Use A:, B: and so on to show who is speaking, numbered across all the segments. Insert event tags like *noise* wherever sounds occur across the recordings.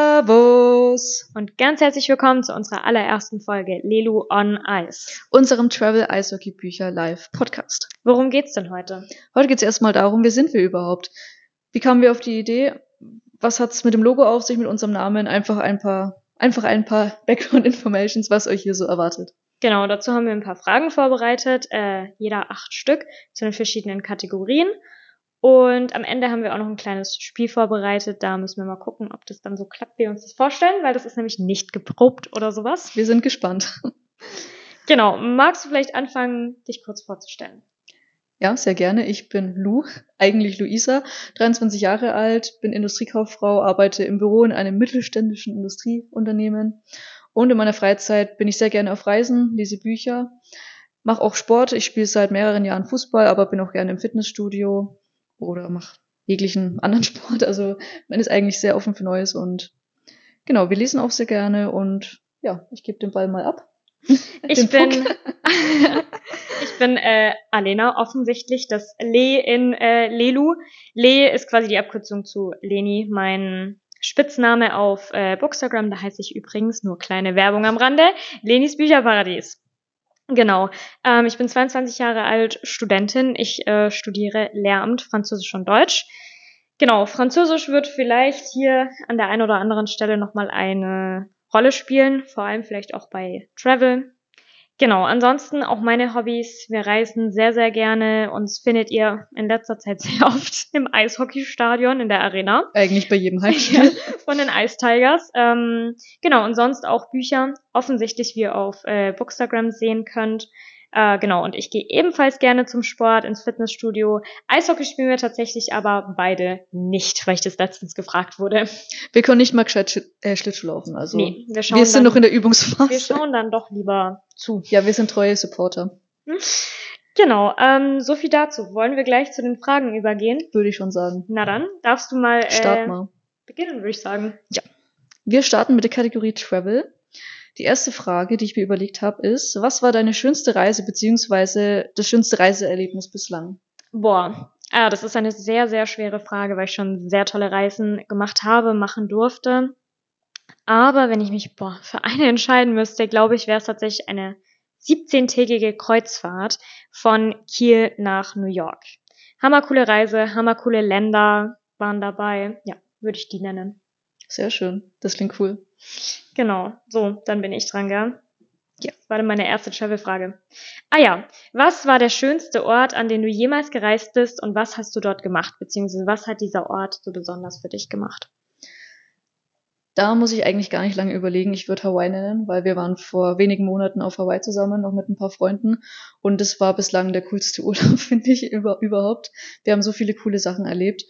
A: Servus und ganz herzlich willkommen zu unserer allerersten Folge Lelu on Ice.
B: unserem Travel Eishockey Bücher Live Podcast.
A: Worum geht's denn heute?
B: Heute geht es erstmal darum, wer sind wir überhaupt? Wie kamen wir auf die Idee? Was hat's mit dem Logo auf sich, mit unserem Namen? Einfach ein paar, einfach ein paar Background Informations, was euch hier so erwartet.
A: Genau, dazu haben wir ein paar Fragen vorbereitet, äh, jeder acht Stück zu den verschiedenen Kategorien. Und am Ende haben wir auch noch ein kleines Spiel vorbereitet. Da müssen wir mal gucken, ob das dann so klappt, wie wir uns das vorstellen, weil das ist nämlich nicht geprobt oder sowas.
B: Wir sind gespannt.
A: Genau, magst du vielleicht anfangen, dich kurz vorzustellen?
B: Ja, sehr gerne. Ich bin Lou, eigentlich Luisa, 23 Jahre alt, bin Industriekauffrau, arbeite im Büro in einem mittelständischen Industrieunternehmen. Und in meiner Freizeit bin ich sehr gerne auf Reisen, lese Bücher, mache auch Sport. Ich spiele seit mehreren Jahren Fußball, aber bin auch gerne im Fitnessstudio oder mache jeglichen anderen *laughs* Sport. Also man ist eigentlich sehr offen für Neues und genau, wir lesen auch sehr gerne und ja, ich gebe den Ball mal ab.
A: Ich
B: Den
A: bin,
B: Puck.
A: *laughs* ich bin äh, Alena, offensichtlich das Le in äh, Lelu. Le ist quasi die Abkürzung zu Leni, mein Spitzname auf äh, Bookstagram. Da heiße ich übrigens nur kleine Werbung am Rande. Lenis Bücherparadies. Genau. Ähm, ich bin 22 Jahre alt, Studentin. Ich äh, studiere Lehramt, Französisch und Deutsch. Genau, Französisch wird vielleicht hier an der einen oder anderen Stelle nochmal eine Rolle spielen, vor allem vielleicht auch bei Travel. Genau, ansonsten auch meine Hobbys. Wir reisen sehr, sehr gerne. Uns findet ihr in letzter Zeit *laughs* sehr oft im Eishockeystadion in der Arena
B: Eigentlich bei
A: *laughs*
B: jedem
A: ja,
B: Heimspiel.
A: von den Ice Tigers. Ähm, genau, und sonst auch Bücher, offensichtlich, wie ihr auf äh, Bookstagram sehen könnt. Äh, genau, und ich gehe ebenfalls gerne zum Sport, ins Fitnessstudio. Eishockey spielen wir tatsächlich aber beide nicht, weil ich das letztens gefragt wurde.
B: Wir können nicht mal gescheit Schi- äh, Schlittschuh laufen, also.
A: nee, wir schauen,
B: Wir sind
A: dann,
B: noch in der
A: wir
B: Übungsphase.
A: schauen dann doch lieber zu.
B: Ja, wir sind treue Supporter,
A: Genau, ähm, so viel dazu. Wollen wir gleich zu den Fragen übergehen?
B: würde ich schon sagen.
A: Na dann, darfst du mal
B: Start
A: äh,
B: mal.
A: beginnen, würde ich sagen.
B: Wir starten mit der Kategorie Travel. Die erste Frage, die ich mir überlegt habe, ist, was war deine schönste Reise beziehungsweise das schönste Reiseerlebnis bislang?
A: Boah, ah, das ist eine sehr, sehr schwere Frage, weil ich schon sehr tolle Reisen gemacht habe, machen durfte. Aber wenn ich mich boah, für eine entscheiden müsste, glaube ich, wäre es tatsächlich eine 17-tägige Kreuzfahrt von Kiel nach New York. Hammercoole Reise, hammercoole Länder waren dabei. Ja, würde ich die nennen.
B: Sehr schön. Das klingt cool.
A: Genau, so, dann bin ich dran, gell?
B: Ja.
A: Das war dann meine erste Travel-Frage. Ah ja, was war der schönste Ort, an den du jemals gereist bist und was hast du dort gemacht? Beziehungsweise was hat dieser Ort so besonders für dich gemacht?
B: Da muss ich eigentlich gar nicht lange überlegen. Ich würde Hawaii nennen, weil wir waren vor wenigen Monaten auf Hawaii zusammen, noch mit ein paar Freunden. Und es war bislang der coolste *laughs* Urlaub, finde ich, über, überhaupt. Wir haben so viele coole Sachen erlebt.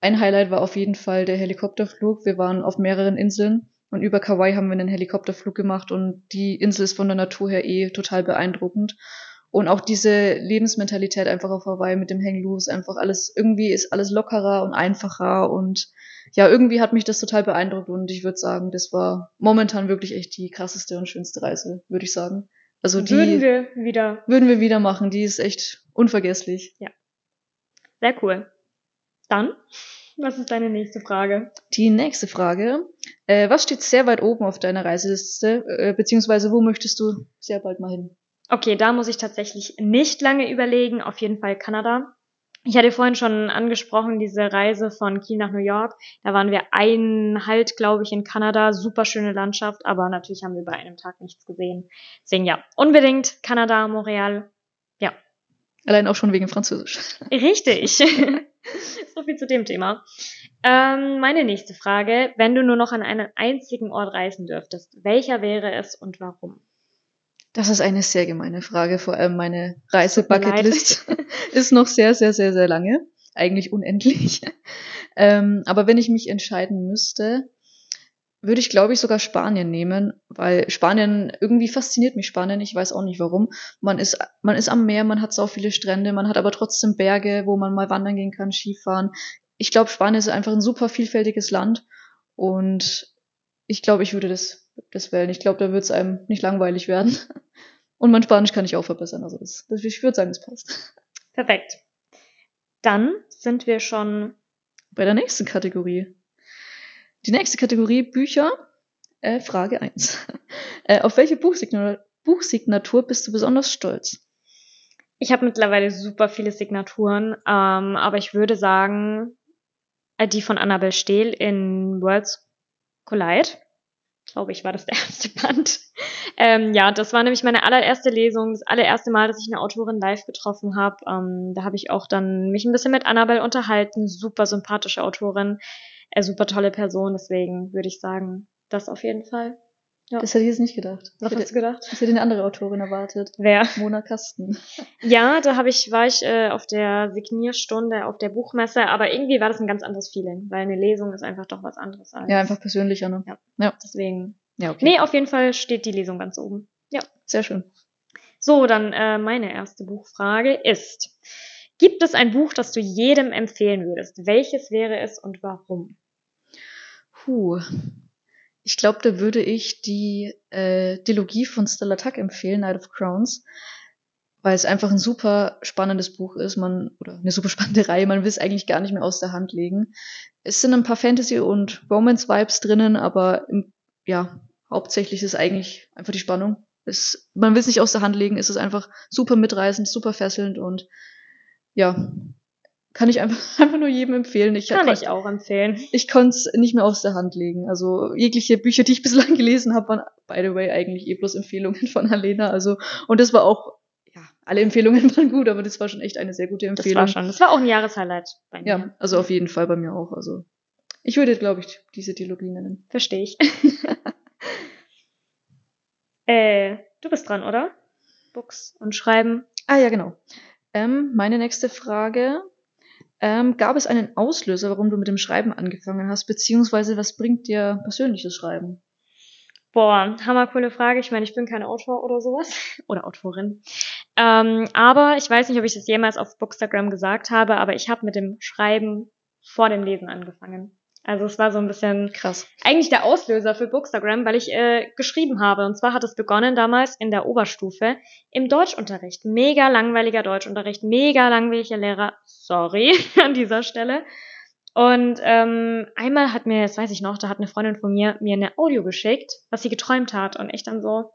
B: Ein Highlight war auf jeden Fall der Helikopterflug. Wir waren auf mehreren Inseln und über Kauai haben wir einen Helikopterflug gemacht und die Insel ist von der Natur her eh total beeindruckend. Und auch diese Lebensmentalität einfach auf Hawaii mit dem Hang Loose, einfach alles, irgendwie ist alles lockerer und einfacher und ja, irgendwie hat mich das total beeindruckt und ich würde sagen, das war momentan wirklich echt die krasseste und schönste Reise, würde ich sagen. Also die
A: Würden wir wieder.
B: würden wir wieder machen, die ist echt unvergesslich.
A: Sehr cool. Dann, was ist deine nächste Frage?
B: Die nächste Frage, äh, was steht sehr weit oben auf deiner Reiseliste, äh, beziehungsweise wo möchtest du sehr bald mal hin?
A: Okay, da muss ich tatsächlich nicht lange überlegen. Auf jeden Fall Kanada. Ich hatte vorhin schon angesprochen, diese Reise von Kiel nach New York. Da waren wir einen Halt, glaube ich, in Kanada. Super schöne Landschaft, aber natürlich haben wir bei einem Tag nichts gesehen. Deswegen ja, unbedingt Kanada, Montreal.
B: Allein auch schon wegen Französisch.
A: Richtig. *laughs* so viel zu dem Thema. Ähm, meine nächste Frage. Wenn du nur noch an einen einzigen Ort reisen dürftest, welcher wäre es und warum?
B: Das ist eine sehr gemeine Frage, vor allem meine Reise-Bucketlist
A: Tut
B: *laughs* ist noch sehr, sehr, sehr, sehr lange. Eigentlich unendlich. *laughs* ähm, aber wenn ich mich entscheiden müsste, würde ich, glaube ich, sogar Spanien nehmen, weil Spanien, irgendwie fasziniert mich Spanien, ich weiß auch nicht warum. Man ist, man ist am Meer, man hat so viele Strände, man hat aber trotzdem Berge, wo man mal wandern gehen kann, Skifahren. Ich glaube, Spanien ist einfach ein super vielfältiges Land und ich glaube, ich würde das, das wählen. Ich glaube, da wird es einem nicht langweilig werden. Und mein Spanisch kann ich auch verbessern, also das, das, ich würde sagen, es passt.
A: Perfekt. Dann sind wir schon
B: Bei der nächsten Kategorie. Die nächste Kategorie Bücher. Äh, Frage 1. *laughs* äh, auf welche Buchsignatur, Buchsignatur bist du besonders stolz?
A: Ich habe mittlerweile super viele Signaturen, ähm, aber ich würde sagen, äh, die von Annabel Stehl in Worlds Collide. Glaube ich, war das *laughs* der erste Band. Ähm, ja, das war nämlich meine allererste Lesung, das allererste Mal, dass ich eine Autorin live getroffen habe. Ähm, da habe ich auch dann mich ein bisschen mit Annabel unterhalten. Super sympathische Autorin, äh, super tolle Person. Deswegen würde ich sagen, das auf jeden Fall. Ja.
B: Das hätte ich jetzt nicht gedacht.
A: Was
B: ich
A: hast du
B: hätte,
A: gedacht?
B: ich hätte eine andere Autorin erwartet.
A: Wer?
B: Mona Kasten.
A: Ja, da habe ich, war ich äh, auf der Signierstunde, auf der Buchmesse, aber irgendwie war das ein ganz anderes Feeling, weil eine Lesung ist einfach doch was anderes als.
B: Ja, einfach persönlicher, ne?
A: Deswegen.
B: Ja, okay.
A: Nee, auf jeden Fall steht die Lesung ganz oben.
B: Sehr schön.
A: So, dann äh, meine erste Buchfrage ist: Gibt es ein Buch, das du jedem empfehlen würdest? Welches wäre es und warum?
B: Puh. Ich glaube, da würde ich die äh, Dilogie von Stella Tuck empfehlen, Night of Crowns, weil es einfach ein super spannendes Buch ist, man oder eine super spannende *laughs* Reihe, man will es eigentlich gar nicht mehr aus der Hand legen. Es sind ein paar Fantasy- und Romance-Vibes drinnen, aber im, ja, hauptsächlich ist eigentlich einfach die Spannung. Es, man will es nicht aus der Hand legen, es ist einfach super mitreißend, super fesselnd und ja, kann ich einfach, *laughs* einfach nur jedem empfehlen. Ich
A: Kann
B: hab-
A: ich auch empfehlen.
B: ich konnte es nicht mehr aus der Hand legen. Also jegliche Bücher, die ich bislang *laughs* gelesen habe, waren by the way eigentlich eh bloß Empfehlungen von Alena. Also und das war auch, ja, alle Empfehlungen *laughs* waren gut, aber das war schon echt eine sehr gute
A: Das
B: Empfehlung.
A: war schon. Das war auch ein Jahreshighlight bei mir.
B: Ja, also auf jeden Fall bei mir auch. Also ich würde, glaube ich, diese Dialogie nennen.
A: Verstehe ich. *laughs* äh, du bist dran, oder? Books und Schreiben.
B: Ah ja, genau. Ähm, meine nächste Frage. Ähm, gab es einen Auslöser, warum du mit dem Schreiben angefangen hast, beziehungsweise was bringt dir persönliches Schreiben?
A: Boah, hammercoole Frage. Ich meine, ich bin kein Autor oder sowas. *laughs* Oder Autorin. Ähm, aber ich weiß nicht, ob ich das jemals auf Bookstagram gesagt habe, aber ich habe mit dem Schreiben vor dem Lesen angefangen. Also es war so ein bisschen
B: Krass.
A: eigentlich der Auslöser für Bookstagram, weil ich äh, geschrieben habe. Und zwar hat es begonnen damals in der Oberstufe im Deutschunterricht. Mega langweiliger Deutschunterricht, mega langweiliger Lehrer. Sorry *laughs* an dieser Stelle. Und ähm, einmal hat mir, das weiß ich noch, da hat eine Freundin von mir mir eine Audio geschickt, was sie geträumt hat. Und ich dann so,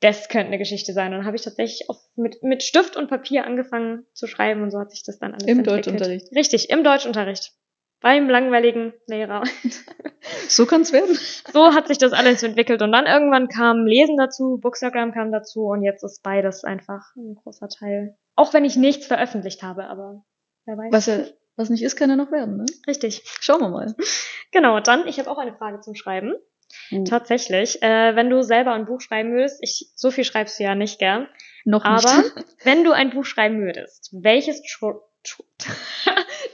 A: das könnte eine Geschichte sein. Und dann habe ich tatsächlich auf, mit, mit Stift und Papier angefangen zu schreiben und so hat sich das dann alles
B: Im
A: entwickelt.
B: Deutschunterricht.
A: Richtig, im Deutschunterricht. Beim langweiligen Lehrer.
B: So kann es werden.
A: So hat sich das alles entwickelt und dann irgendwann kam Lesen dazu, Bookstagram kam dazu und jetzt ist beides einfach ein großer Teil. Auch wenn ich nichts veröffentlicht habe, aber wer weiß.
B: Was, ja, was nicht ist, kann ja noch werden, ne?
A: Richtig.
B: Schauen wir mal.
A: Genau, dann, ich habe auch eine Frage zum Schreiben. Mhm. Tatsächlich, äh, wenn du selber ein Buch schreiben würdest, ich, so viel schreibst du ja nicht gern,
B: Noch
A: aber
B: nicht.
A: wenn du ein Buch schreiben würdest, welches Tro Tro *laughs*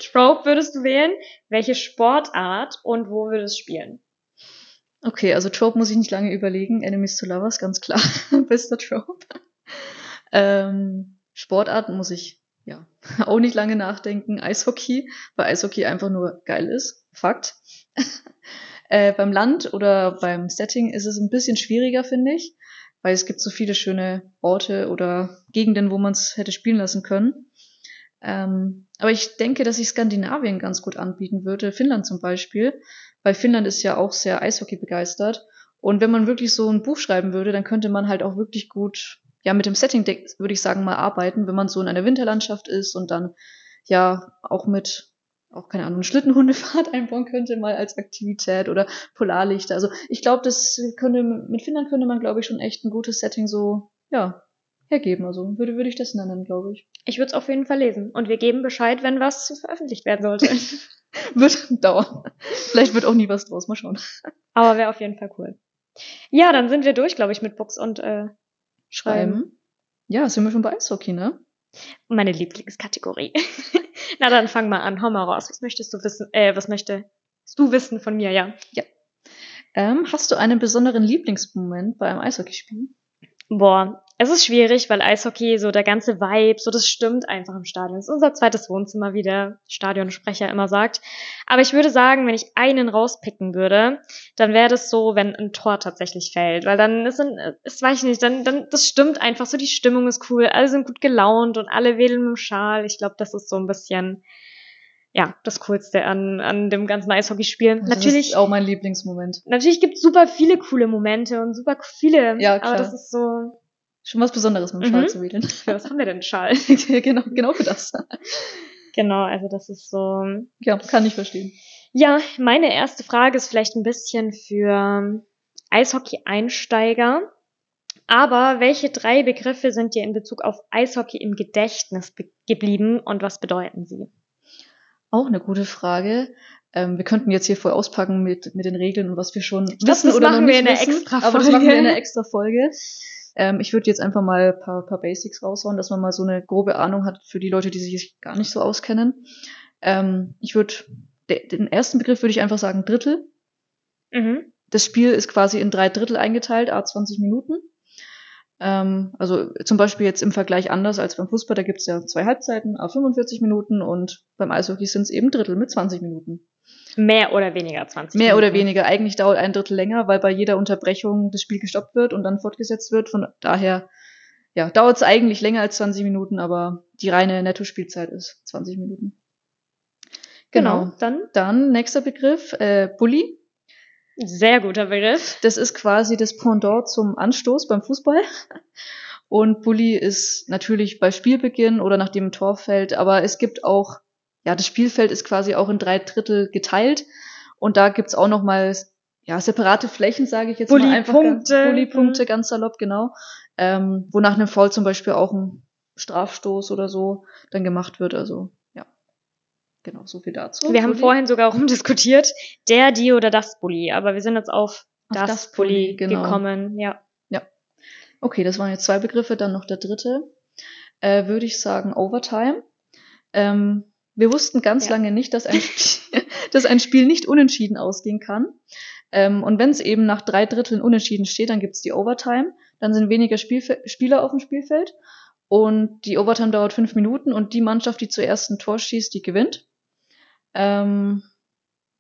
A: Trope würdest du wählen, welche Sportart und wo würdest du spielen?
B: *laughs* Okay, also Trope muss ich nicht lange überlegen. Enemies to Lovers, ganz klar. *laughs* Bester Trope. Ähm, Sportart muss ich, ja, *laughs* auch nicht lange nachdenken. Eishockey, weil Eishockey einfach nur geil ist. Fakt. *laughs* äh, beim Land oder beim Setting ist es ein bisschen schwieriger, finde ich. Weil es gibt so viele schöne Orte oder Gegenden, wo man es hätte spielen lassen können. Ähm, aber ich denke, dass ich Skandinavien ganz gut anbieten würde. Finnland zum Beispiel weil Finnland ist ja auch sehr Eishockey begeistert. Und wenn man wirklich so ein Buch schreiben würde, dann könnte man halt auch wirklich gut, ja, mit dem Setting, de- würde ich sagen, mal arbeiten, wenn man so in einer Winterlandschaft ist und dann ja auch mit, auch keine Ahnung, Schlittenhundefahrt *laughs* einbauen könnte, mal als Aktivität oder Polarlichter. Also ich glaube, das könnte, mit Finnland könnte man, glaube ich, schon echt ein gutes Setting so, ja, hergeben. Also würde, würde ich das nennen, glaube ich. *laughs*
A: Ich würde es auf jeden Fall lesen und wir geben Bescheid, wenn was veröffentlicht werden sollte.
B: Wird dauern. Vielleicht wird auch nie was draus. Mal schauen.
A: Aber wäre auf jeden Fall cool. Ja, dann sind wir durch, glaube ich, mit Books und äh, Schreiben.
B: Ähm, Ja, sind wir schon bei Eishockey, ne?
A: Meine Lieblingskategorie. *laughs* Na, dann fang mal an. Hau mal raus. Was möchtest du wissen? Äh, was möchtest du wissen von mir, ja?
B: Ähm, hast du einen besonderen Lieblingsmoment bei einem Eishockeyspiel?
A: Boah, es ist schwierig, weil Eishockey, so der ganze Vibe, so das stimmt einfach im Stadion. Es ist unser zweites Wohnzimmer, wie der Stadionsprecher immer sagt. Aber ich würde sagen, wenn ich einen rauspicken würde, dann wäre das so, wenn ein Tor tatsächlich fällt. Weil dann ist ein, ist, weiß ich nicht, dann, dann, das stimmt einfach so, die Stimmung ist cool, alle sind gut gelaunt und alle wedeln im Schal. Ich glaube, das ist so ein bisschen, ja, das Coolste an, an dem ganzen Eishockeyspielen.
B: Also Das
A: natürlich,
B: ist auch mein Lieblingsmoment.
A: natürlich gibt's super viele coole Momente und super viele.
B: Ja, klar.
A: Aber das ist so,
B: Schon was Besonderes mit dem
A: Mhm.
B: Schal zu wedeln.
A: für was haben wir denn Schal?
B: *laughs* genau, genau für das.
A: *laughs* genau, also das ist so,
B: Ja, kann ich verstehen.
A: Ja, meine erste Frage ist vielleicht ein bisschen für Eishockey-Einsteiger. Aber welche drei Begriffe sind dir in Bezug auf Eishockey im Gedächtnis be- geblieben und was bedeuten sie?
B: Auch eine gute Frage. Ähm, wir könnten jetzt hier voll auspacken mit, mit den Regeln und was wir schon
A: glaub,
B: wissen
A: das
B: oder
A: machen
B: noch
A: wir
B: nicht
A: in einer
B: wissen.
A: Extra-Folge.
B: Aber das machen wir in einer extra Folge. Ähm, ich würde jetzt einfach mal ein paar, paar Basics raushauen, dass man mal so eine grobe Ahnung hat für die Leute, die sich gar nicht so auskennen. Ähm, ich würde, den ersten Begriff würde ich einfach sagen Drittel.
A: Mhm.
B: das Spiel ist quasi in drei Drittel eingeteilt, a 20 Minuten. Ähm, also zum Beispiel jetzt im Vergleich anders als beim Fußball, da gibt's ja zwei Halbzeiten, a 45 Minuten und beim Eishockey sind's eben Drittel mit 20 Minuten.
A: Mehr oder weniger 20
B: Mehr oder
A: Minuten.
B: weniger, eigentlich dauert ein Drittel länger, weil bei jeder Unterbrechung das Spiel gestoppt wird und dann fortgesetzt wird. Von daher ja, dauert's eigentlich länger als 20 Minuten, aber die reine Netto-Spielzeit ist 20 Minuten.
A: Genau.
B: Genau.
A: Dann
B: Dann nächster Begriff, äh, Bulli.
A: sehr guter Begriff.
B: Das ist quasi das Pendant zum Anstoß beim Fußball. Und Bully ist natürlich bei Spielbeginn oder nachdem ein Tor fällt, aber es gibt auch, ja, das Spielfeld ist quasi auch in drei Drittel geteilt. Und da gibt's auch nochmal ja, separate Flächen, sage ich jetzt mal einfach.
A: Bully-Punkte.
B: ganz- Bully-Punkte,
A: Mhm.
B: ganz salopp, genau. Ähm, wo nach einem Foul zum Beispiel auch ein Strafstoß oder so dann gemacht wird. Also, ja. Genau, so viel dazu.
A: Wir haben
B: Bully.
A: vorhin sogar *laughs* rumdiskutiert, der, die oder das Bulli. Aber wir sind jetzt auf
B: Auf
A: das,
B: das
A: Bulli
B: Bulli, genau.
A: gekommen. Ja.
B: Okay, das waren jetzt zwei Begriffe, dann noch der dritte. Äh, würde ich sagen, Overtime. Ähm, wir wussten ganz
A: Ja.
B: lange nicht, dass
A: *laughs*
B: ein, Spiel, dass ein Spiel nicht unentschieden ausgehen kann. Ähm, und wenn es eben nach drei Dritteln unentschieden steht, dann gibt's die Overtime. Dann sind weniger Spielfe Spieler auf dem Spielfeld. Und die Overtime dauert fünf Minuten und die Mannschaft, die zuerst ein Tor schießt, die gewinnt. Ähm,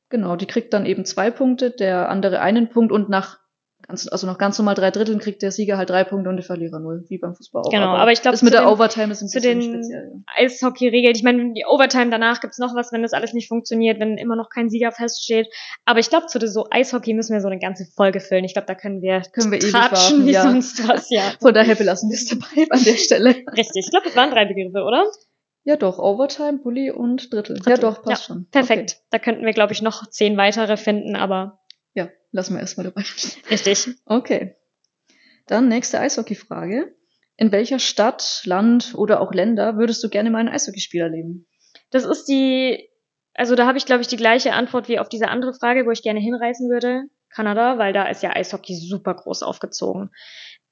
B: genau, die kriegt dann eben zwei Punkte, der andere einen Punkt und nach ganz, also nach ganz normal drei Dritteln kriegt der Sieger halt drei Punkte und der Verlierer null, wie beim Fußball auch.
A: Genau, aber ich glaub,
B: das mit
A: zu
B: der
A: den-
B: Overtime Oh, ist ein
A: zu
B: bisschen
A: den-
B: speziell. Ja.
A: Eishockey-Regel. Ich meine, die Overtime danach gibt's noch was, wenn das alles nicht funktioniert, wenn immer noch kein Sieger feststeht. Aber ich glaube, zu so Eishockey müssen wir so eine ganze Folge füllen. Ich glaube, da können wir,
B: Können wir ewig
A: tratschen
B: warten,
A: wie
B: ja.
A: sonst
B: *laughs*
A: was, ja.
B: Von daher belassen wir es dabei an der Stelle.
A: Richtig. Ich glaube, es waren drei Begriffe, oder?
B: Ja doch, Overtime, Bully und Drittel. Ja
A: Drittel.
B: doch, passt schon.
A: Perfekt. Da könnten wir, glaube ich, noch zehn weitere finden, aber
B: Okay. Ja, lassen wir erstmal dabei.
A: richtig.
B: Okay. Dann nächste Eishockey-Frage. In welcher Stadt, Land oder auch Länder würdest du gerne mal einen Eishockeyspieler leben?
A: Das ist die, also da habe ich, glaube ich, die gleiche Antwort wie auf diese andere Frage, wo ich gerne hinreisen würde. Kanada, weil da ist ja Eishockey super groß aufgezogen.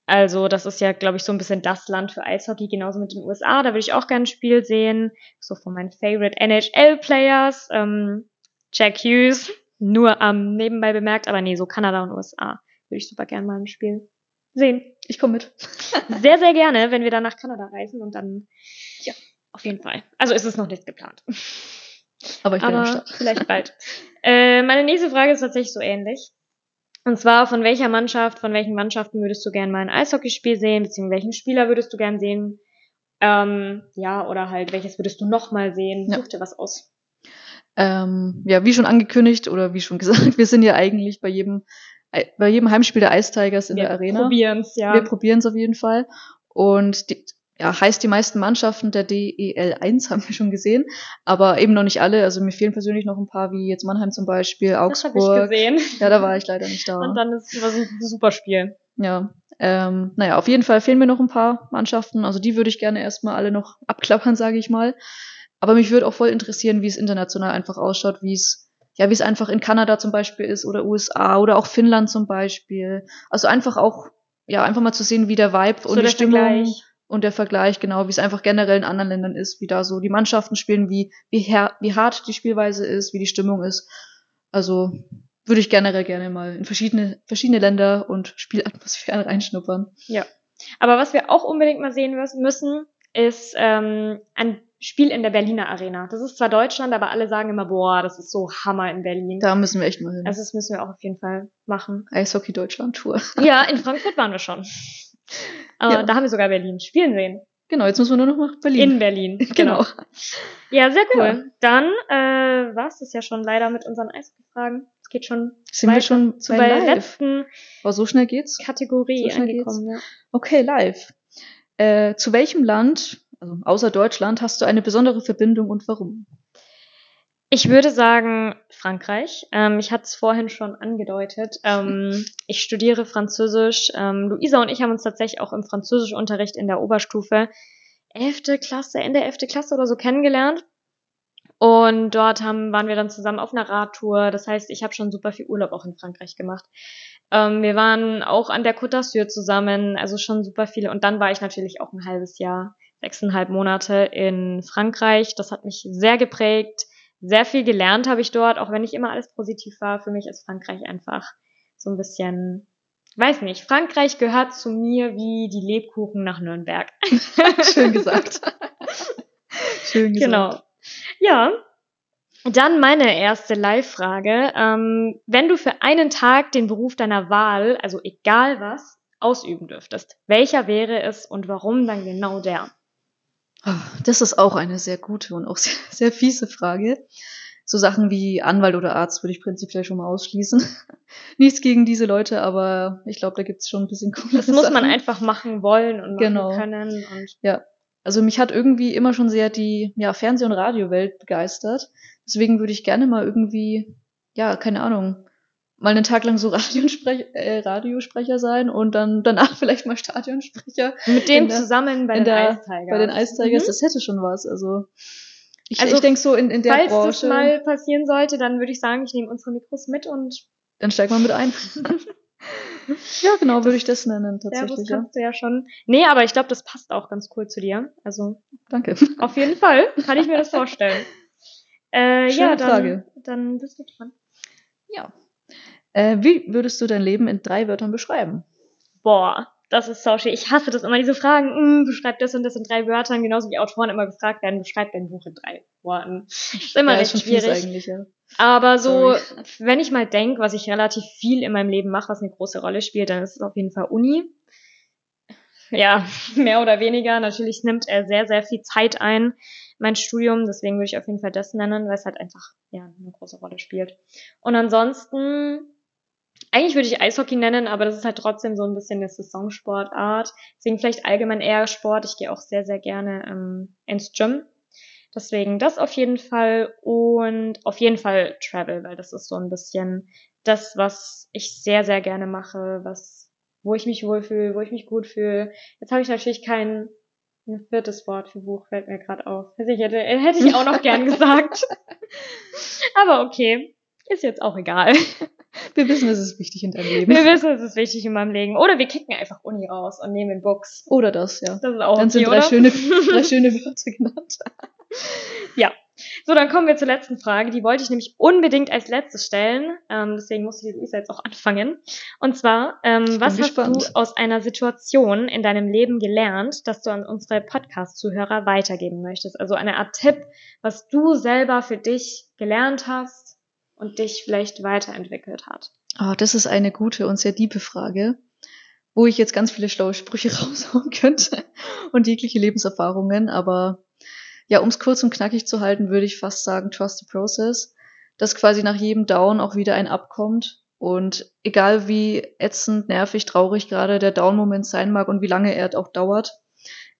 A: Also das ist ja, glaube ich, so ein bisschen das Land für Eishockey, genauso mit den USA. Da würde ich auch gerne ein Spiel sehen. So von meinen Favorite NHL-Players. Ähm, Jack Hughes, nur am nebenbei bemerkt, aber nee, so Kanada und USA würde ich super gerne mal ein Spiel sehen.
B: Ich komme mit.
A: Sehr, sehr gerne, wenn wir dann nach Kanada reisen und dann, ja, auf jeden Fall. Also ist es noch nicht geplant
B: Aber ich bin
A: aber
B: im Start. *laughs*
A: vielleicht bald. äh, meine nächste Frage ist tatsächlich so ähnlich. Und zwar, von welcher Mannschaft, von welchen Mannschaften würdest du gern mal ein Eishockeyspiel sehen, beziehungsweise welchen Spieler würdest du gern sehen? Ähm, ja, oder halt, welches würdest du noch mal sehen?
B: Ja.
A: Such dir was aus.
B: Ähm, ja, wie schon angekündigt oder wie schon *laughs* gesagt, wir sind ja eigentlich bei jedem, bei jedem Heimspiel der Ice Tigers in der Arena.
A: probieren's, ja.
B: Wir probieren es auf jeden Fall. Und die, ja, heißt die meisten Mannschaften der DEL1 *laughs* haben wir schon gesehen, aber eben noch nicht alle. Also mir fehlen persönlich noch ein paar, wie jetzt Mannheim zum Beispiel,
A: das habe ich
B: Augsburg.
A: gesehen.
B: Ja, da war ich leider nicht da.
A: Und dann ist das ein super Spiel.
B: Ja. Ähm, naja, auf jeden Fall fehlen mir noch ein paar Mannschaften. Also die würde ich gerne erstmal alle noch *laughs* abklappern, sage ich mal. Aber mich würde auch voll interessieren, wie es international einfach ausschaut, wie es, ja, wie es einfach in Kanada zum Beispiel ist oder USA oder auch Finnland zum Beispiel. Also einfach auch, ja, einfach mal zu sehen, wie der Vibe und die Stimmung und der Vergleich, genau, wie es einfach generell in anderen Ländern ist, wie da so die Mannschaften spielen, wie, wie, her wie hart die Spielweise ist, wie die Stimmung ist. Also würde ich generell gerne mal in verschiedene, verschiedene Länder und Spielatmosphären *laughs* reinschnuppern.
A: Aber was wir auch unbedingt mal sehen müs- müssen, ist ähm, ein Spiel in der Berliner Arena. Das ist zwar Deutschland, aber alle sagen immer, boah, das ist so Hammer in Berlin.
B: Da müssen wir echt mal hin.
A: Also das müssen wir auch auf jeden Fall *laughs* machen.
B: Eishockey-Deutschland-Tour.
A: Ja, in Frankfurt waren wir schon. Äh,
B: Ja.
A: Da haben wir sogar Berlin spielen sehen.
B: *laughs* Genau, jetzt müssen wir nur noch nach Berlin.
A: In *laughs* Berlin.
B: *laughs* genau.
A: Ja, sehr cool.
B: Ja.
A: Dann äh, war es das ja schon leider mit unseren Eisfragen. Es geht schon
B: Sind wir
A: weiter
B: schon
A: zu
B: bei
A: der
B: live?
A: letzten
B: Aber so schnell geht's?
A: Kategorie
B: So schnell
A: angekommen. Ja.
B: Okay, live. Äh, zu welchem Land, also außer Deutschland, hast du eine besondere Verbindung und
A: *laughs*
B: warum?
A: Ich würde sagen Frankreich. Ähm, ich hatte es vorhin schon angedeutet. Ähm, ich studiere Französisch. Ähm, Luisa und ich haben uns tatsächlich auch im Französischunterricht in der Oberstufe, elfte Klasse, Ende elfte Klasse oder so kennengelernt. Und dort haben, waren wir dann zusammen auf einer Radtour. Das heißt, ich habe schon super viel Urlaub auch in Frankreich gemacht. Ähm, wir waren auch an der Côte d'Azur zusammen, also schon super viele. Und dann war ich natürlich auch ein halbes Jahr, sechseinhalb Monate in Frankreich. Das hat mich sehr geprägt sehr viel gelernt habe ich dort, auch wenn nicht immer alles positiv war. Für mich ist Frankreich einfach so ein bisschen, weiß nicht, Frankreich gehört zu mir wie die Lebkuchen nach Nürnberg. *laughs*
B: Schön gesagt. *laughs* Schön gesagt.
A: Genau. Ja. Dann meine erste Live-Frage. Ähm, wenn du für einen Tag den Beruf deiner Wahl, also egal was, ausüben dürftest, welcher wäre es und warum dann genau der?
B: Ah, Das ist auch eine sehr gute und auch *laughs* sehr, sehr fiese Frage. So Sachen wie Anwalt oder Arzt würde ich prinzipiell schon mal ausschließen. *laughs* Nichts gegen diese Leute, aber ich glaube, da gibt's schon ein bisschen coolere
A: Das muss man
B: Sachen.
A: einfach machen wollen und machen
B: Genau.
A: können. Und
B: Also mich hat irgendwie immer schon sehr die ja, Fernseh- und Radiowelt begeistert. Deswegen würde ich gerne mal irgendwie, ja, keine Ahnung, mal einen Tag lang so *laughs* Radiosprech äh, Radiosprecher sein und dann danach *laughs* vielleicht mal Stadionsprecher
A: mit dem
B: In der-
A: zusammen bei
B: in
A: den
B: der-
A: Eistigers.
B: bei den Ice Tigers.
A: Mhm.
B: Das hätte schon was. Also ich,
A: Also,
B: ich denke so in, in der
A: Falls das
B: Branche,
A: mal passieren sollte, dann würde ich sagen, ich nehme unsere Mikros mit und
B: dann steig mal mit
A: *laughs*
B: ein. ja, genau, würde ich das nennen
A: Servus
B: tatsächlich. Ja.
A: kannst du ja schon. Nee, aber ich glaube, das passt auch ganz cool zu dir. Also
B: Danke.
A: auf jeden Fall kann ich mir
B: *laughs*
A: das vorstellen. Äh, ja,
B: Schöne
A: dann,
B: Frage.
A: dann bist du dran.
B: Äh, wie würdest du dein Leben in drei Wörtern beschreiben?
A: Boah, das ist so schön. Ich hasse das immer, diese Fragen. Mm, beschreib das und das in drei Wörtern. Genauso wie Autoren immer gefragt werden, beschreib dein Buch in drei Worten. Ist immer
B: ja,
A: recht
B: ist schon fies
A: schwierig.
B: eigentlich, ja.
A: Aber so, wenn ich mal denke, was ich relativ viel in meinem Leben mache, was eine große Rolle spielt, dann ist es auf jeden Fall Uni. Ja, *laughs* mehr oder weniger. Natürlich nimmt er sehr, sehr viel Zeit ein, mein Studium. Deswegen würde ich auf jeden Fall das nennen, weil es halt einfach ja, eine große Rolle spielt. Und ansonsten, eigentlich würde ich Eishockey nennen, aber das ist halt trotzdem so ein bisschen eine Saisonsportart. Deswegen vielleicht allgemein eher Sport. Ich gehe auch sehr, sehr gerne ähm, ins Gym. Deswegen das auf jeden Fall und auf jeden Fall Travel, weil das ist so ein bisschen das, was ich sehr, sehr gerne mache, was, wo ich mich wohlfühle, wo ich mich gut fühle. Jetzt habe ich natürlich kein ein viertes Wort für Buch, fällt mir gerade auf. Hätte ich, hätte, hätte ich auch
B: *laughs*
A: noch gern gesagt. Aber okay, ist jetzt auch egal.
B: Wir wissen, es ist wichtig in deinem Leben.
A: Wir wissen, es ist wichtig in meinem Leben. Oder wir kicken einfach Uni raus und nehmen Books.
B: Oder das, ja.
A: Das ist auch
B: Dann
A: okay,
B: sind drei
A: oder? *laughs*
B: schöne, drei schöne Wörter genannt.
A: So, dann kommen wir zur letzten Frage. Die wollte ich nämlich unbedingt als letztes stellen. Ähm, deswegen musste die Luisa jetzt auch anfangen. Und zwar, ähm, was hast
B: gespannt.
A: du aus einer Situation in deinem Leben gelernt, dass du an unsere Podcast-Zuhörer weitergeben möchtest? Also eine Art Tipp, was du selber für dich gelernt hast und dich vielleicht weiterentwickelt hat.
B: Ah, das ist eine gute und sehr diebe Frage, wo ich jetzt ganz viele schlaue Sprüche *laughs* raushauen könnte und jegliche Lebenserfahrungen, aber ja, um es kurz und knackig zu halten, würde ich fast sagen, trust the process, dass quasi nach jedem Down auch wieder ein abkommt und egal wie ätzend, nervig, traurig gerade der Down-Moment sein mag und wie lange er auch dauert,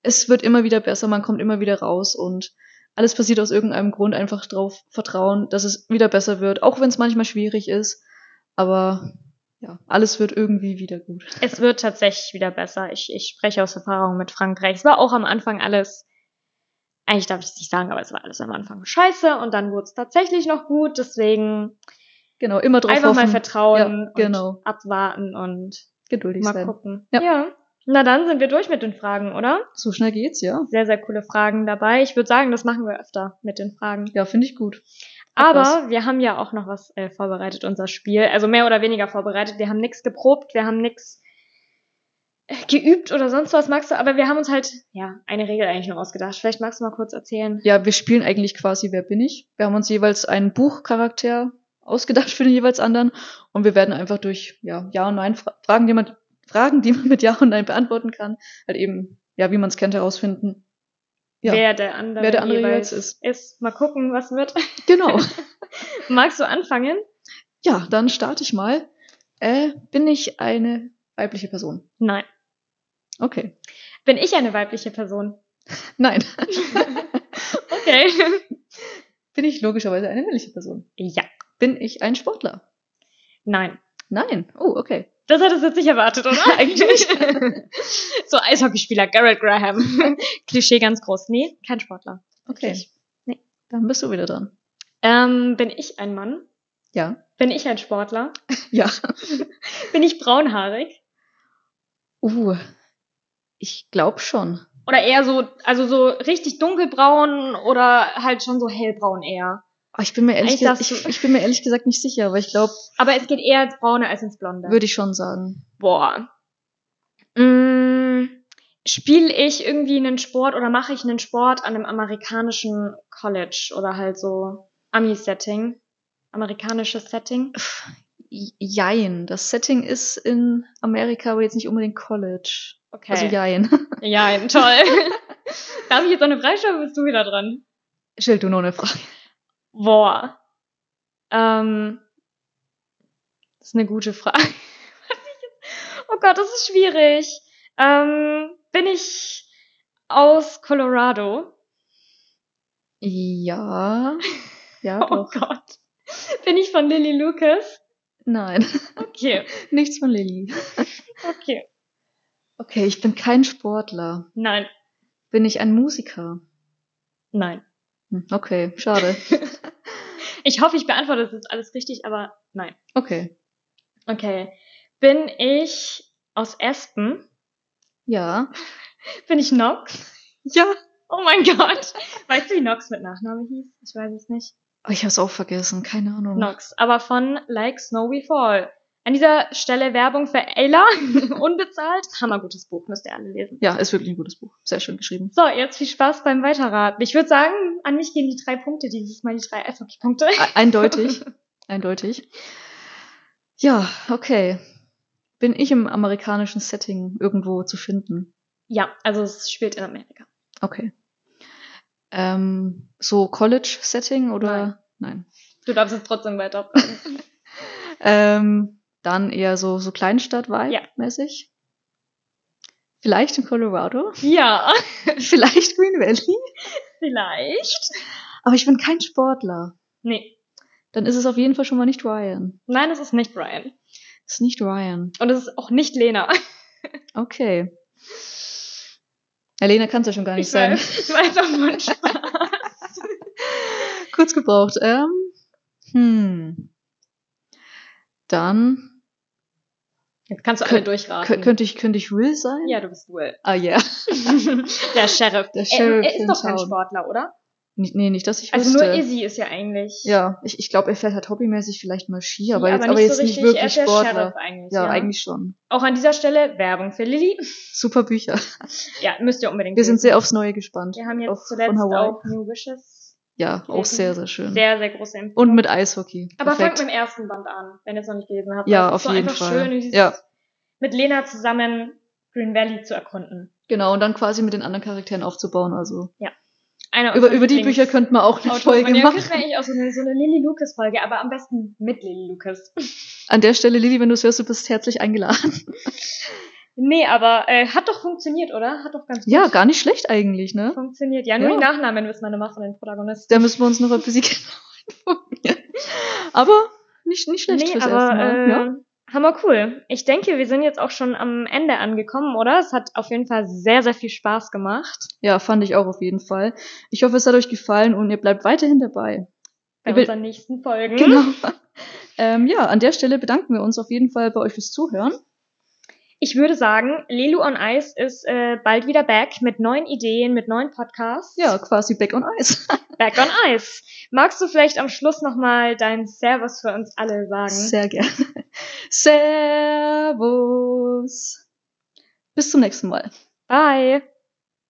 B: es wird immer wieder besser, man kommt immer wieder raus und alles passiert aus irgendeinem Grund, einfach drauf vertrauen, dass es wieder besser wird, auch wenn es manchmal schwierig ist. Aber ja, alles wird irgendwie wieder gut.
A: Es wird tatsächlich wieder besser. Ich, ich spreche aus Erfahrung mit Frankreich. Es war auch am Anfang alles, eigentlich darf ich es nicht sagen, aber es war alles am Anfang scheiße und dann wurde es tatsächlich noch gut. Deswegen
B: Genau, immer drauf
A: einfach
B: hoffen,
A: mal vertrauen
B: Ja, genau.
A: und abwarten und
B: geduldig
A: mal
B: sein.
A: gucken. Ja.
B: Ja.
A: Na dann sind wir durch mit den Fragen, oder?
B: So schnell geht's, ja.
A: Sehr, sehr coole Fragen dabei. Ich würde sagen, das machen wir öfter mit den Fragen.
B: Ja, finde ich gut.
A: Aber
B: was.
A: wir haben ja auch noch was äh, vorbereitet, unser Spiel. Also mehr oder weniger vorbereitet. Wir haben nichts geprobt, wir haben nichts äh, geübt oder sonst was, magst du, aber wir haben uns halt, ja, eine Regel eigentlich nur ausgedacht. Vielleicht magst du mal kurz erzählen.
B: Ja, wir spielen eigentlich quasi Wer bin ich? Wir haben uns jeweils einen Buchcharakter ausgedacht für den jeweils anderen und wir werden einfach durch ja, ja und nein Fra- Fragen, die man Fragen, die man mit Ja und Nein beantworten kann, halt eben ja, wie man es kennt, herausfinden, ja,
A: wer der andere,
B: wer der andere
A: jeweils
B: jeweils ist.
A: ist. Mal gucken, was wird. *laughs*
B: Genau.
A: Magst du anfangen?
B: ja, dann starte ich mal. Äh, bin ich eine weibliche Person?
A: Nein.
B: Okay.
A: Bin ich eine weibliche Person?
B: Nein. *laughs*
A: Okay. *laughs*
B: bin ich logischerweise eine männliche Person?
A: ja.
B: Bin ich ein Sportler?
A: Nein.
B: Nein. Oh, okay.
A: Das hattest du jetzt nicht erwartet, oder?
B: *laughs* Eigentlich
A: nicht. *laughs* so Eishockeyspieler, Garrett Graham. *laughs* Klischee ganz groß. Nee, kein Sportler.
B: Okay.
A: Ich-
B: Dann bist du wieder dran.
A: Ähm, bin ich ein Mann?
B: Ja.
A: Bin ich ein Sportler?
B: Ja. *laughs*
A: Bin ich braunhaarig?
B: Uh, ich glaube schon.
A: Oder eher so, also so richtig dunkelbraun oder halt schon so hellbraun eher.
B: Ah, Ich bin mir ehrlich,
A: Ich
B: ge
A: darf-
B: ich, ich bin mir ehrlich gesagt nicht sicher, aber ich glaube,
A: Aber es geht eher ins Braune als ins Blonde.
B: würde ich schon sagen.
A: Boah. Mm, Spiele ich irgendwie einen Sport oder mache ich einen Sport an einem amerikanischen College oder halt so Ami-Setting? Amerikanisches Setting?
B: J- Jein. Das Setting ist in Amerika, aber jetzt nicht unbedingt College.
A: Okay.
B: Also jein. *laughs*
A: Ja, eben, toll. *laughs* Darf ich jetzt noch eine Freistellung? Bist du wieder dran?
B: Stell du noch eine Frage.
A: Boah. Ähm, das ist eine gute Frage. *laughs* Was ich jetzt- oh Gott, das ist schwierig. Ähm, bin ich aus Colorado?
B: Ja. Ja,
A: Oh
B: doch.
A: Gott. Bin ich von Lily Lucas?
B: Nein. *laughs*
A: Okay,
B: Nichts von Lilly.
A: okay.
B: Okay, ich bin kein Sportler.
A: Nein,
B: Bin ich ein Musiker?
A: nein.
B: Hm, Okay, schade.
A: Ich hoffe, ich beantworte das jetzt alles richtig, aber nein.
B: Okay.
A: Okay. Bin ich aus Aspen?
B: Ja.
A: Bin ich Nox?
B: Ja.
A: Oh mein Gott. Weißt du, wie Nox mit Nachname hieß? Ich weiß es nicht.
B: Oh, ich hab's auch vergessen, keine Ahnung.
A: Nox, aber von Like Snow We Fall. An dieser Stelle Werbung für Ayla. *laughs* Unbezahlt. Hammergutes Buch, müsst ihr alle lesen.
B: Ja, ist wirklich ein gutes Buch. Sehr schön geschrieben.
A: So, jetzt viel Spaß beim Weiterraten. Ich würde sagen, an mich gehen die drei Punkte dieses Mal, die drei Eishockey-Punkte.
B: E- Eindeutig. Eindeutig. Ja, okay. Bin ich im amerikanischen Setting irgendwo zu finden?
A: Ja, also es spielt in Amerika.
B: Okay. Ähm, so College-Setting oder? Nein.
A: Du darfst es trotzdem weiter
B: *laughs*
A: fragen.
B: Ähm, dann eher so, so Kleinstadt-Vibe-mäßig. Vielleicht in Colorado. *laughs*
A: ja,
B: Vielleicht Green Valley.
A: vielleicht.
B: Aber ich bin kein Sportler.
A: Nee.
B: Dann ist es auf jeden Fall schon mal nicht Ryan.
A: Nein, es ist nicht Brian.
B: Ist nicht Ryan.
A: Und es ist auch nicht Lena.
B: Okay. Elena kann es ja schon gar nicht
A: Ich
B: sein.
A: weiß, ich weiß auch nicht.
B: Kurz gebraucht. Ähm, hm. Dann
A: Jetzt kannst du
B: Kö-
A: alle
B: kö-
A: durchraten.
B: könnte ich, könnte ich Will sein?
A: ja, du bist Will.
B: Ah ja.
A: *laughs* Der Sheriff.
B: Der Sheriff
A: Er, er
B: in
A: ist doch kein
B: Town.
A: Sportler, oder?
B: N- Nee, nicht, dass ich
A: Also
B: wüsste.
A: nur Izzy ist ja eigentlich.
B: ja, ich, ich glaube, er fährt halt hobbymäßig vielleicht mal Ski, aber
A: Ja,
B: jetzt, aber jetzt nicht
A: er
B: wirklich
A: ist der
B: Sportler.
A: Sheriff eigentlich.
B: Ja, eigentlich schon.
A: Auch an dieser Stelle Werbung für Lilly. *laughs*
B: Super Bücher.
A: Ja, müsst ihr unbedingt.
B: Wir sind
A: lesen.
B: sehr aufs Neue gespannt.
A: Wir haben jetzt
B: auf- von
A: zuletzt
B: Hawaii.
A: auch New Wishes.
B: Ja, auch
A: gelesen.
B: sehr, sehr schön.
A: Sehr, sehr große Empfehlung.
B: Und mit Eishockey.
A: Aber fangt
B: Perfekt.
A: mit dem ersten Band an, wenn ihr es noch nicht gelesen habt. Also
B: Ja,
A: Es ist
B: auf
A: so
B: jeden
A: einfach
B: Fall.
A: schön, dieses
B: Ja.
A: mit Lena zusammen Green Valley zu erkunden.
B: Genau, und dann quasi mit den anderen Charakteren aufzubauen. Also
A: Einer
B: über,
A: unserer
B: über die
A: Lieblings-
B: Bücher könnte man auch eine
A: Autoren.
B: Folge
A: ja,
B: machen.
A: könnten wir eigentlich auch so eine, so eine Lily Lucas Folge, aber am besten mit Lily Lucas. *laughs*
B: An der Stelle, Lili, wenn du es hörst, du bist herzlich eingeladen.
A: Nee, aber äh, hat doch funktioniert, oder? Hat doch ganz gut
B: Ja, gar nicht schlecht eigentlich, ne?
A: funktioniert. Ja, nur
B: Ja.
A: die Nachnamen wissen wir nochmal von den Protagonisten.
B: Da müssen wir uns noch ein bisschen genau *laughs* informieren. Aber nicht, nicht schlecht
A: Nee,
B: fürs
A: aber
B: erste Mal.
A: äh,
B: ja.
A: hammer cool. Ich denke, wir sind jetzt auch schon am Ende angekommen, oder? Es hat auf jeden Fall sehr, sehr viel Spaß gemacht.
B: ja, fand ich auch auf jeden Fall. Ich hoffe, es hat euch gefallen und ihr bleibt weiterhin dabei.
A: Bei
B: Wir-
A: unseren nächsten Folgen.
B: Genau. ähm, ja, an der Stelle bedanken wir uns auf jeden Fall bei euch fürs Zuhören.
A: Ich würde sagen, Lelu on Ice ist äh, bald wieder back mit neuen Ideen, mit neuen Podcasts.
B: Ja, quasi back on ice.
A: Back on Ice. Magst du vielleicht am Schluss nochmal dein Servus für uns alle sagen?
B: Sehr gerne. Servus. Bis zum nächsten Mal.
A: Bye.